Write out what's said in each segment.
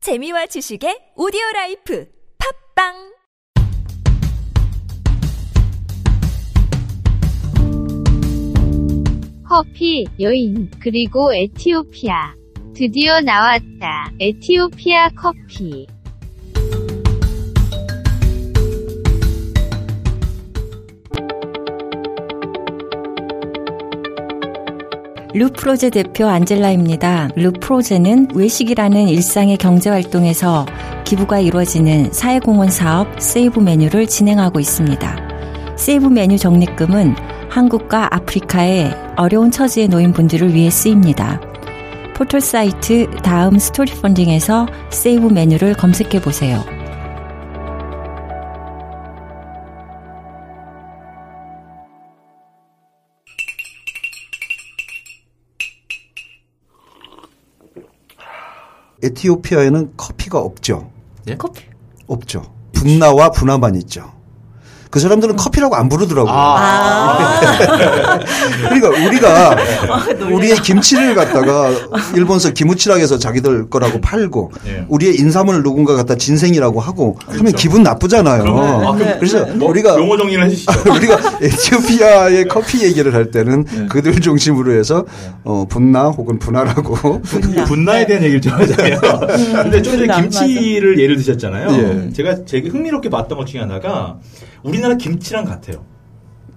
재미와 지식의 오디오 라이프 팝빵 커피, 여인, 그리고 에티오피아. 드디어 나왔다. 에티오피아 커피. 루프로제 대표 안젤라입니다. 루프로제는 외식이라는 일상의 경제활동에서 기부가 이루어지는 사회공헌 사업 세이브 메뉴를 진행하고 있습니다. 세이브 메뉴 적립금은 한국과 아프리카의 어려운 처지에 놓인 분들을 위해 쓰입니다. 포털 사이트 다음 스토리 펀딩에서 세이브 메뉴를 검색해 보세요. 에티오피아에는 커피가 없죠. 예? 커피. 없죠. 분나와 분화만 있죠. 그 사람들은 커피라고 안 부르더라고요. 아. 그러니까 우리가 우리의 김치를 갖다가 일본서 기무치락해서 자기들 거라고 팔고 예. 그렇죠. 우리의 인삼을 누군가 갖다 진생이라고 하고 하면 기분 나쁘잖아요. 그럼요. 아, 래서 뭐, 우리가 용어 정리를 해주시죠. 우리가 에티오피아의 커피 얘기를 할 때는 예. 그들 중심으로 해서 어, 분나 혹은 분화라고 분나에 대한 얘기를 좀 하자면. 근데 좀 전에 분나, 김치를 예를 드셨잖아요. 예. 제가 되게 흥미롭게 봤던 것 중에 하나가 우리나라 김치랑 같아요.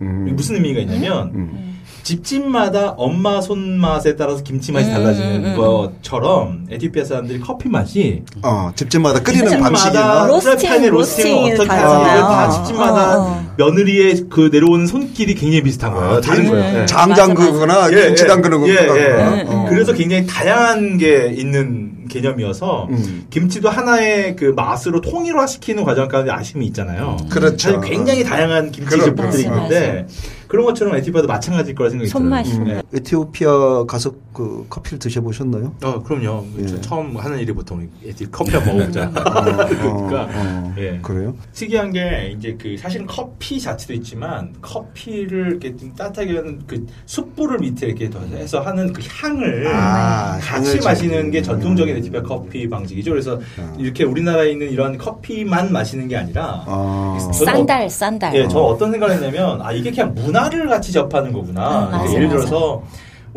이게 음, 무슨 의미가 있냐면 음. 집집마다 엄마 손맛에 따라서 김치 맛이 달라지는 것처럼 에티오피아 사람들이 커피 맛이 어, 집집마다 끓이는 집집마다 방식이나 뭐 로스팅, 프라이팬의 로스팅을 어떻게 다르잖아요. 하는지 다 집집마다 어, 어. 며느리의 그 내려오는 손길이 굉장히 비슷한 거예요. 네. 아, 다른 거예요. 거야. 장 맞아, 담그거나 예, 김치 예. 담그는 거. 예, 예. 예, 그래서 굉장히 다양한 게 있는 개념이어서 음. 김치도 하나의 그 맛으로 통일화시키는 과정 가운데 아쉬움이 있잖아요. 그렇죠. 사실 굉장히 다양한 김치 그럼, 제품들이 맞아요, 있는데 그런 것처럼 에티오피아도 마찬가지일 거라 생각이 손맛이. 들어요. 네. 예. 에티오피아 가서 그 커피를 드셔보셨나요? 어, 그럼요. 예. 저 처음 하는 일이 보통 에티 커피 한 먹어보자. 그러니까 어, 예. 그래요? 특이한 게 이제 그 사실은 커피 자체도 있지만 커피를 이렇게 좀 따뜻하게 하는 그 숯불을 밑에 이렇게 더 해서 하는 그 향을 아, 같이 향을 마시는 게 음. 전통적인 에티오피아 커피 방식이죠. 그래서 이렇게 우리나라에 있는 이런 커피만 마시는 게 아니라 아, 저는 싼달, 싼달. 예, 저 어떤 생각을 했냐면, 아, 이게 그냥 문화를 같이 접하는 거구나. 맞아, 예를 맞아. 들어서,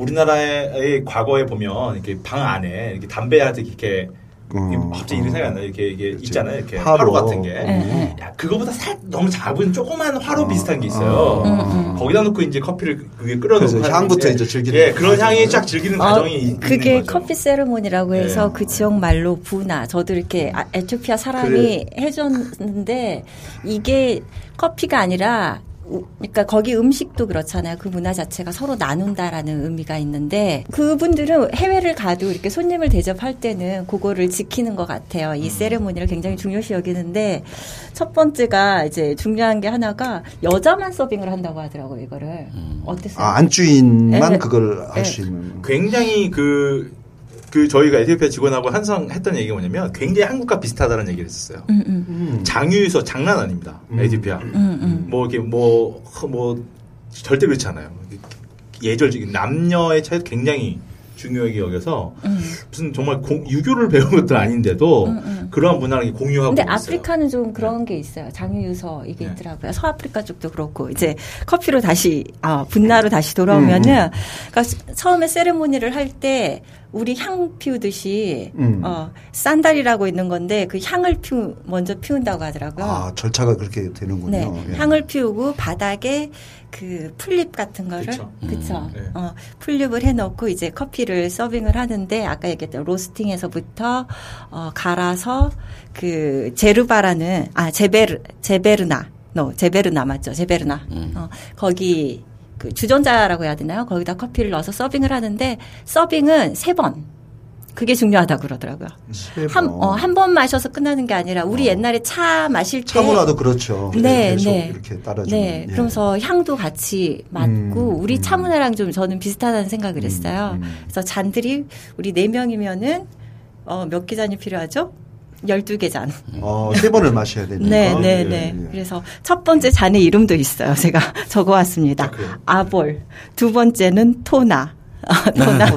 우리나라의 과거에 보면, 이렇게 방 안에, 이렇게 담배 하듯 이렇게, 어, 갑자기 이런 생각이 안 나요. 이렇게, 이게 있잖아요. 이렇게 화로. 화로, 같은 게. 예, 네. 야, 그거보다 살, 너무 작은 조그만 아. 화로 비슷한 게 있어요. 음, 거기다 놓고 이제 커피를 그게 끓여놓고. 그래서 하는데, 향부터 이제 즐기는 예, 거죠. 그런 향이 쫙 즐기는 과정이 있는 아, 그게 거죠. 커피 세레모니라고 해서 예. 그 지역 말로 부나 저도 이렇게 아- 에티오피아 사람이 해줬는데 이게 커피가 아니라 우- 그러니까 거기 음식도 그렇잖아요. 그 문화 자체가 서로 나눈다라는 의미가 있는데 그분들은 해외를 가도 이렇게 손님을 대접할 때는 그거를 지키는 것 같아요. 음. 이 세레모니를 굉장히 중요시 여기는데 첫 번째가 이제 중요한 게 하나가 여자만 서빙을 한다고 하더라고요. 이거를 음. 어땠어요? 아, 안주인만 예. 그걸 예. 할 수 있는. 굉장히 그, 그 저희가 에티오피아 직원하고 항상 했던 얘기가 뭐냐면 굉장히 한국과 비슷하다는 얘기를 했었어요. 음, 음, 음. 장유유서 장난 아닙니다. 음. 에티오피아. 음, 음. 뭐 이렇게 뭐, 뭐 절대 그렇지 않아요. 예절적인 남녀의 차이 굉장히 중요하게 여겨서 음. 무슨 정말 공- 유교를 배운 것도 아닌데도 그러한 문화를 공유하고 음. 근데 있어요. 아프리카는 좀 그런 게 있어요. 장유유서 이게 네. 있더라고요. 서아프리카 쪽도 그렇고 이제 커피로 다시 아 네. 분나로 다시 음, 돌아오면은 그러니까 스- 처음에 세레모니를 할 때 우리 향 피우듯이 음. 어 산달이라고 있는 건데 그 향을 피우 먼저 피운다고 하더라고요. 아, 절차가 그렇게 되는군요. 네, 예. 향을 피우고 바닥에 그 풀잎 같은 거를 그쵸. 음. 그쵸? 네. 어, 풀잎을 해놓고 이제 커피를 서빙을 하는데 아까 얘기했던 로스팅에서부터 어, 갈아서 그 제르바라는 아 제베르 제베르나 노 제베르나 맞죠 제베르나 음. 어, 거기 그 주전자라고 해야 되나요? 거기다 커피를 넣어서 서빙을 하는데 서빙은 세 번. 그게 중요하다 그러더라고요. 세 한, 번. 어, 한 번 마셔서 끝나는 게 아니라 어. 우리 옛날에 차 마실 때 차고라도 그렇죠. 네, 계속 네. 이렇게 따라주는. 네, 예. 그러면서 향도 같이 맡고 음, 우리 음. 차문화랑 좀 저는 비슷하다는 생각을 음, 했어요. 음. 그래서 잔들이 우리 네 명이면은 어, 몇 개 잔이 필요하죠? 12개 잔. 어, 세 번을 마셔야 되니까. 네, 네, 예, 네. 예. 그래서 첫 번째 잔의 이름도 있어요. 제가 적어 아, 왔습니다. 그래요? 아볼. 두 번째는 토나. 도나.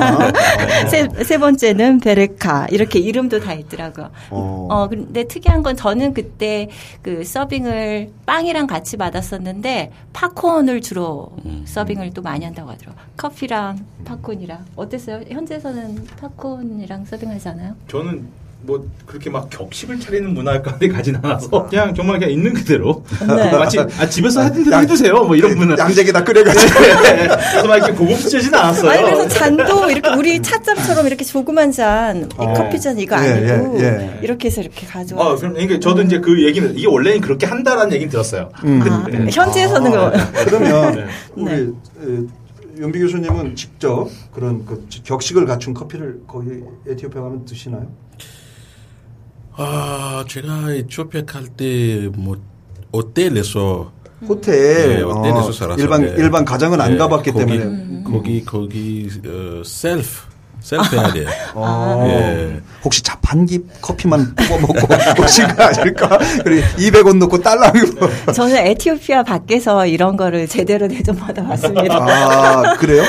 세, 세 번째는 베레카. 이렇게 이름도 다 있더라고요. 어. 어, 근데 특이한 건 저는 그때 그 서빙을 빵이랑 같이 받았었는데 팝콘을 주로 서빙을 또 많이 한다고 하더라고요. 커피랑 팝콘이랑. 어땠어요? 현지에서는 팝콘이랑 서빙하지 않아요? 저는 뭐 그렇게 막 격식을 차리는 문화까지 가진 않아서 그냥 정말 그냥 있는 그대로 네. 마치 아, 집에서 하던 대로 해주세요 뭐 이런 문화 양재기다 끓여가지고. 그래서 막 이렇게 고급지진 않았어요. 아니, 그래서 잔도 이렇게 우리 찻잔처럼 이렇게 조그만 잔, 이 어. 커피잔 이거 예, 아니고 예, 예. 이렇게 해서 이렇게 가져와. 아, 어, 그럼 그러니까 저도 이제 그 얘기는 이게 원래는 그렇게 한다라는 얘기는 들었어요. 아, 현지에서는 아, 그 네. 그러면 우리 에, 윤비 교수님은 직접 그런 그 격식을 갖춘 커피를 거기 에티오피아 가면 드시나요? 아, 제가 에티오피아 갈때 뭐, 호텔에서 호텔, 네, 호텔에서 살았어요. 일반 네. 일반 가정은 안 네, 가봤기 거기, 때문에 음. 거기 거기 어, 셀프 셀프 해야 돼요. 어. 예. 혹시 자판기 커피만 뽑아 먹고 오신 거 아닐까? 그리고 200원 넣고 달랑 저는 에티오피아 밖에서 이런 거를 제대로 대접받아 왔습니다. 아 그래요?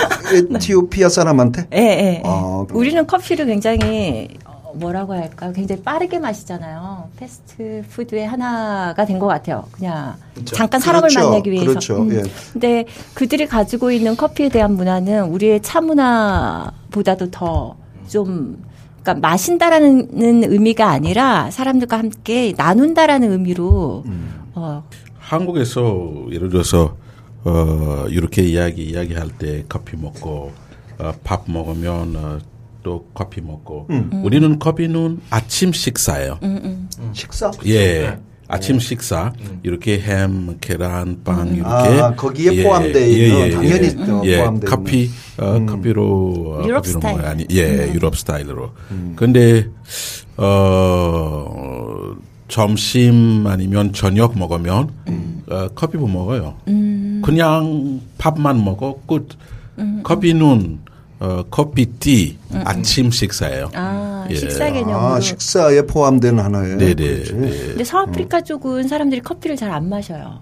에티오피아 사람한테? 예, 예. 아, 그래요? 우리는 커피를 굉장히 어, 뭐라고 할까? 굉장히 빠르게 마시잖아요. 패스트 푸드의 하나가 된 것 같아요. 그냥 그렇죠. 잠깐 사람을 그렇죠. 만나기 위해서. 음. 그렇죠. 예. 근데 그들이 가지고 있는 커피에 대한 문화는 우리의 차 문화보다도 더 좀 그러니까 마신다라는 의미가 아니라 사람들과 함께 나눈다라는 의미로 음. 어, 아. 한국에서 예를 들어서 어, 이렇게 이야기 이야기할 때 커피 먹고 어, 밥 먹으면 어, 또 커피 먹고 음. 우리는 커피는 아침 식사예요. 식사? 예. 네. 아침 식사 이렇게 햄, 계란, 빵 이렇게 음. 아, 거기에 포함되어 있는, 당연히 또 예, 포함되어 음. 커피 어, 커피로 어, 유럽 커피로 스타일. 음. 먹어요. 아니 예 유럽 스타일로 음. 근데 어 점심 아니면 저녁 먹으면 음. 어, 커피 못 먹어요 음. 그냥 밥만 먹어 끝 커피는 어, 커피티 아침 식사예요 음, 아, 예. 식사 개념으로. 아 식사에 포함된 하나예요. 네네 그렇지. 네. 근데 서아프리카 쪽은 사람들이 커피를 잘 안 마셔요.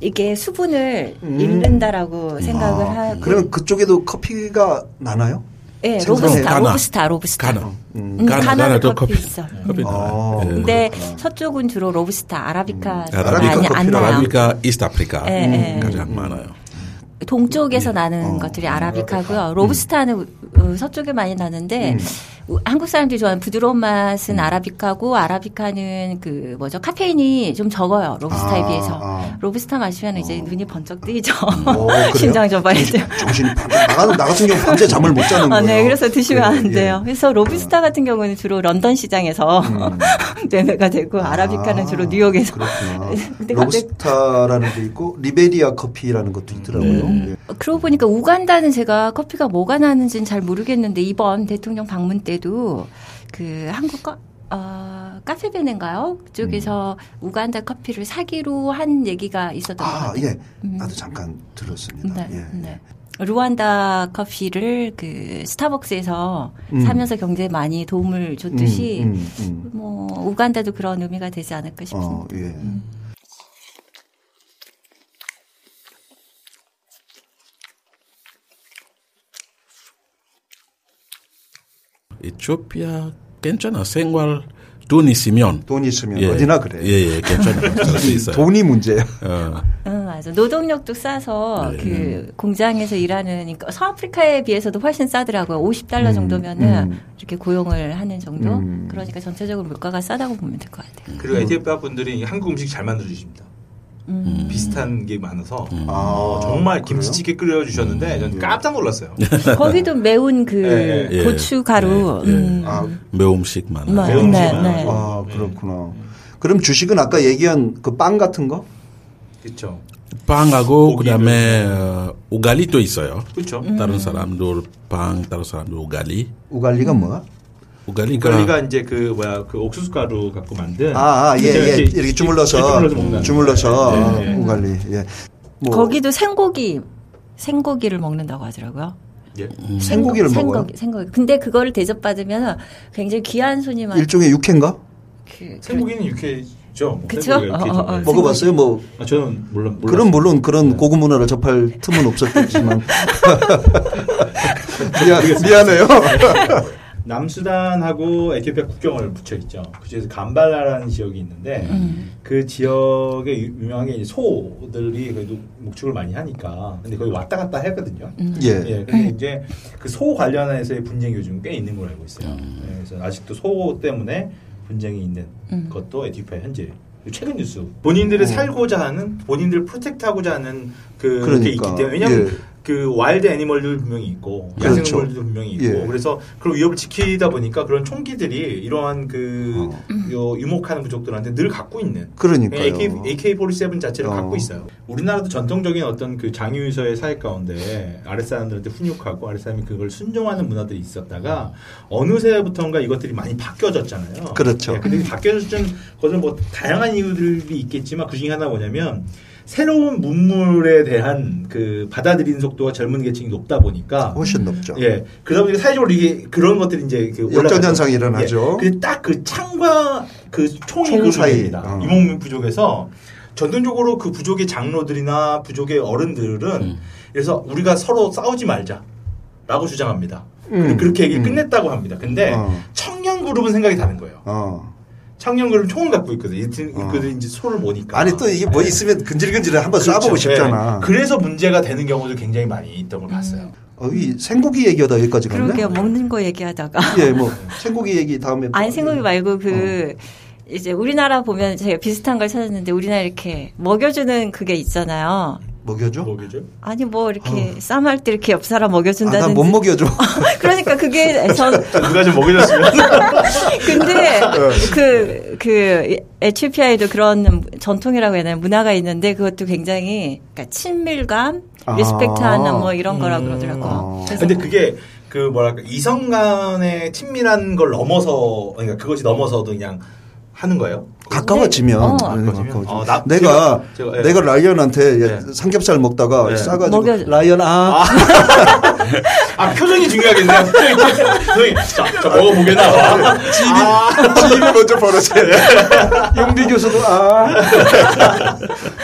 이게 수분을 잃는다라고 생각을 아, 하고. 그러면 그쪽에도 커피가 나나요? 예, 생선이 로브스타, 가나. 로브스타, 로브스타. 가나 음, 가나 가나도 가나도 커피 커피 있어. 음. 커피 아, 나와요. 예. 근데 서쪽은 주로 로브스타, 아라비카 가 아라비카 많이 안 커피라고 나요. 아라비카 이스트아프리카 예, 예. 가장 많아요. 동쪽에서 예. 어. 나는 것들이 음. 아라비카고요. 로브스타는 어, 서쪽에 많이 나는데 우- 한국 사람들이 좋아하는 부드러운 음. 맛은 아라비카고 아라비카는 그 뭐죠 카페인이 좀 적어요 로브스타에 아, 비해서. 아. 로브스타 마시면 이제 눈이 번쩍 뜨이죠. 오, 그래요? 심장 저발이 돼요. 정신이 번쩍 나가는 나 같은 경우 밤새 잠을 못 자는 아, 거예요. 네, 그래서 드시면 음. 예, 안 예. 돼요. 그래서 로브스타 같은 경우는 주로 런던 시장에서 음. 매매가 되고 아라비카는 주로 뉴욕에서. 그렇구나. 근데 갑자기- 로브스타라는 게 있고 리베리아 커피라는 것도 있더라고요. 예. 그러고 보니까 우간다는 제가 커피가 뭐가 나는지는 잘 모르겠는데 이번 대통령 방문 때도 그 한국 거, 어, 카페베네인가요? 그쪽에서 우간다 커피를 사기로 한 얘기가 있었던 것 음. 아, 같아요. 예. 나도 잠깐 들었습니다. 음. 네, 예. 네. 루안다 커피를 그 스타벅스에서 음. 사면서 경제에 많이 도움을 줬듯이 음, 음, 음. 뭐 우간다도 그런 의미가 되지 않을까 싶습니다. 어, 예. 음. 에티오피아 괜찮아 생활 돈 있으면 돈 있으면 어디나 그래요. 예예 괜찮아 살수 있어요. 돈이 문제예요. 어, 응, 맞아. 노동력도 싸서 네. 그 공장에서 일하는 그러니까 서아프리카에 비해서도 훨씬 싸더라고요. 50달러 정도면은 음. 이렇게 고용을 하는 정도. 음. 그러니까 전체적으로 물가가 싸다고 보면 될 것 같아요. 그리고 에티오피아 분들이 한국 음식 잘 만들어 주십니다. 음. 비슷한 게 많아서 어, 아, 정말 그래요? 음. 김치찌개 끓여 주셨는데 저는 깜짝 놀랐어요. 음. 거기도 매운 그 예, 예. 고춧가루. 예, 예. 음. 아, 매운 음식 네, 많아요. 매운 음식 네, 많아요. 네. 아, 그렇구나. 그럼 주식은 아까 얘기한 그 빵 같은 거? 그렇죠. 빵하고 고기를. 네. 그다음에 어, 우갈리도 있어요. 그렇죠. 음. 음. 다른 사람들 빵, 다른 사람들 우갈리. 우갈리가 뭐야? 우갈리가 우갈리가 이제 그 뭐야 그 옥수수 가루 갖고 만든 아, 아 예, 그냥 예. 이렇게 주물러서. 음. 네. 주물러서 먹는 주물러서. 음. 예, 예. 우갈리. 예. 뭐 거기도 생고기 생고기를 먹는다고 하더라고요. 예. 생고기를 생고기, 먹어요. 생고기. 근데 그거를 대접받으면 굉장히 귀한 손님한테 일종의 육회인가? 그- 생고기는 육회죠. 뭐 그쵸? 생고기가 육회죠. 어, 어, 어. 네. 먹어봤어요? 뭐 아, 저는 몰라. 몰랐어요. 그럼 물론 그런 고급 문화를 접할 틈은 없었겠지만 미안, 미안해요. 남수단하고 에티오피아 국경을 붙여 있죠. 그중에서 감발라라는 지역이 있는데 그 지역에 유- 유명한 게 이제 소들이 그래도 목축을 많이 하니까 근데 거기 왔다 갔다 하거든요. 예. 예, 근데 이제 그 소 관련해서의 분쟁이 요즘 꽤 있는 걸로 알고 있어요. 음. 예, 그래서 아직도 소 때문에 분쟁이 있는 음. 것도 에티오피아 현재 최근 뉴스. 어. 본인들이 살고자 하는 본인들 프로텍트하고자 하는 그 그러니까, 게 있기 때문에 왜냐면 예. 그 와일드 애니멀들 분명히 있고 그렇죠. 야생동물들 분명히 있고 예. 그래서 그런 위협을 지키다 보니까 그런 총기들이 이러한 그 어. 요, 유목하는 부족들한테 늘 갖고 있는 그러니까요. 네, AK, AK-47 자체를 어. 갖고 있어요. 우리나라도 전통적인 어떤 그 장유유서의 사회 가운데 아랫사람들한테 훈육하고 아랫사람이 그걸 순종하는 문화들이 있었다가 어느새부턴가 이것들이 많이 바뀌어졌잖아요. 그렇죠. 예, 근데 바뀌어졌던 것은 뭐 다양한 이유들이 있겠지만 그 중에 하나가 뭐냐면 새로운 문물에 대한 그 받아들이는 속도가 젊은 계층이 높다 보니까 훨씬 높죠. 예. 그러다 보니까 사회적으로 이게 그런 것들이 이제 그 역전 올라가죠. 현상이 일어나죠. 예. 그딱 그 창과 그 총이 총 그 사이. 사이입니다. 어. 이목민 부족에서 전통적으로 그 부족의 장로들이나 부족의 어른들은 그래서 우리가 서로 싸우지 말자라고 주장합니다. 음. 그렇게 얘기를 음. 끝냈다고 합니다. 근데 어. 청년 그룹은 생각이 다른 거예요. 어. 청년 그룹은 총을 갖고 있거든요. 이들은 어. 이거는 이제 소를 모니까. 아니 또 이게 뭐 예. 있으면 근질근질 한번 그렇죠. 쏴보고 싶잖아. 예. 그래서 문제가 되는 경우도 굉장히 많이 있던 걸 봤어요. 어, 이 생고기 얘기하다 여기까지 갔네. 그러게요. 먹는 거 얘기하다가. 예, 뭐 생고기 얘기 다음에. 뭐 아니 생각이 말고 그 어. 이제 우리나라 보면 제가 비슷한 걸 찾았는데 우리나라 이렇게 먹여주는 그게 있잖아요. 먹여줘? 뭐겠죠? 아니 뭐 이렇게 쌈할 때 이렇게 옆 사람 먹여준다든지. 어. 아, 난 못 먹여줘. 그러니까 그게 전 누가 좀 먹여줬으면. 근데 어. 그, 그, 에티오피아에도 그런 전통이라고 해야 되나 문화가 있는데 그것도 굉장히 그러니까 친밀감, 아. 리스펙트하는 뭐 이런 거라 그러더라고요. 아. 그래서 근데 그게 그 뭐랄까 이성 간의 친밀한 걸 넘어서 그러니까 그것이 넘어서도 그냥 하는 거예요. 가까워지면. 어. 예, 가까워지면. 가까워지면. 어, 나- 내가 제가- 제가- 예. 내가 라이언한테 예. 삼겹살 먹다가 예. 싸가지고 먹여줘. 라이언 아, 아 표정이 중요하겠네요. 표정이. 표정이. 자, 자 먹어보겠나. 집이 먼저 벌어져요. 용비 교수도 아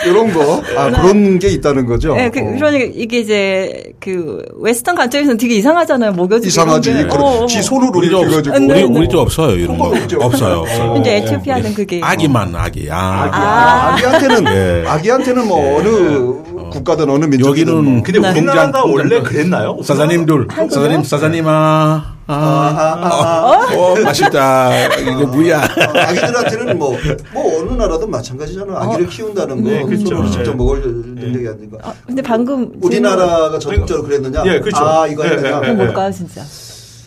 이런 거. 아 그런 게 있다는 거죠. 예, 그, 어. 그러니까 이게 이제 그 웨스턴 관점에서는 되게 이상하잖아요. 먹여주기 이상하지. 이런 게. 그래. 어, 어. 지 손으로 예. 우리도 이렇게 없, 가지고. 네, 우리 네. 우리도 없어요 이런 거 없죠. 네. 없어요 없어요. 예. 근데 에티오피아는 그게 아기만 아기. 아. 아기. 아, 아기한테는 예. 아기한테는 뭐 어느 국가든 어느 민족이든 여기는 뭐. 근데 네. 우리나라가 공장, 원래 공장. 그랬나요? 사장님들, 한국어? 사장님, 사장님, 아, 아, 어, 맛있다. 이거 뭐야. 아기들한테는 뭐, 뭐 어느 나라든 마찬가지잖아. 아기를 키운다는 거 네, 그렇죠. 손으로 직접 네. 먹어주는 네. 얘기 아닌가. 근데 방금 우리나라가 네. 적극적으로 그랬느냐? 예, 그렇죠. 아, 이거 예, 했느냐? 예, 질문이 예, 예. 뭘까요, 진짜?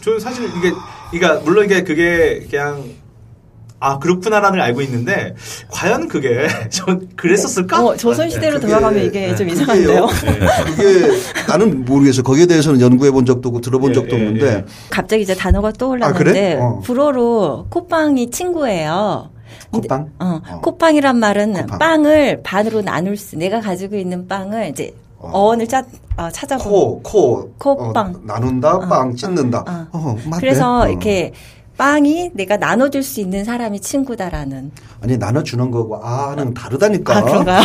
저는 사실 이게 그러니까 물론 이게 그게 그냥 아 그렇구나라는 걸 알고 있는데 과연 그게 전 그랬었을까? 어, 조선시대로 네. 그게- 예. 돌아가면 이게 좀 그게요. 이상한데요. 그게 나는 모르겠어. 거기에 대해서는 연구해 본 적도 없고 들어본 예, 적도 예, 없는데 예. 갑자기 이제 단어가 떠올랐는데 아, 그래? 어. 불어로 콧방이 친구예요. 근데- 콧방? 어, 어. 콧방이란 말은 콧방. 빵을 반으로 나눌 수 내가 가지고 있는 빵을 이제 어. 어원을 짜, 어, 찾아보는 코, 코, 콧방. 어, 나눈다, 빵 찢는다. 어. 어, 맞네. 그래서 어. 이렇게 빵이 내가 나눠줄 수 있는 사람이 친구다라는 아니 나눠주는 거고 아는 다르다니까. 아 그런가요?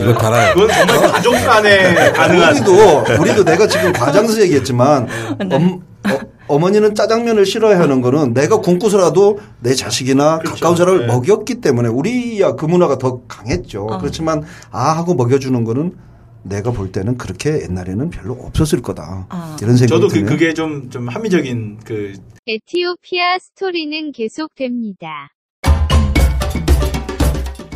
이거 달아요. 그건 정말 가족 간에 가능한 우리도 우리도 내가 지금 과장해서 얘기했지만 네. 엄, 어, 머니는 짜장면을 싫어하는 거는 내가 굶고서라도 내 자식이나 가까운 사람을 네. 먹였기 때문에 우리야 그 문화가 더 강했죠. 어. 그렇지만 아 하고 먹여주는 거는 내가 볼 때는 그렇게 옛날에는 별로 없었을 거다. 아. 이런 생각이 저도 그, 드네요. 그게 좀, 좀 합리적인 그 에티오피아 스토리는 계속됩니다.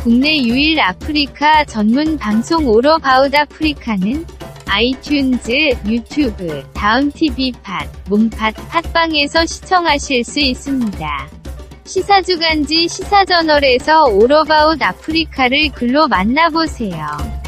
국내 유일 아프리카 전문 방송 오러바웃 아프리카는 아이튠즈, 유튜브, 다음TV팟, 몸팟, 팟빵에서 시청하실 수 있습니다. 시사주간지 시사저널에서 오러바웃 아프리카를 글로 만나보세요.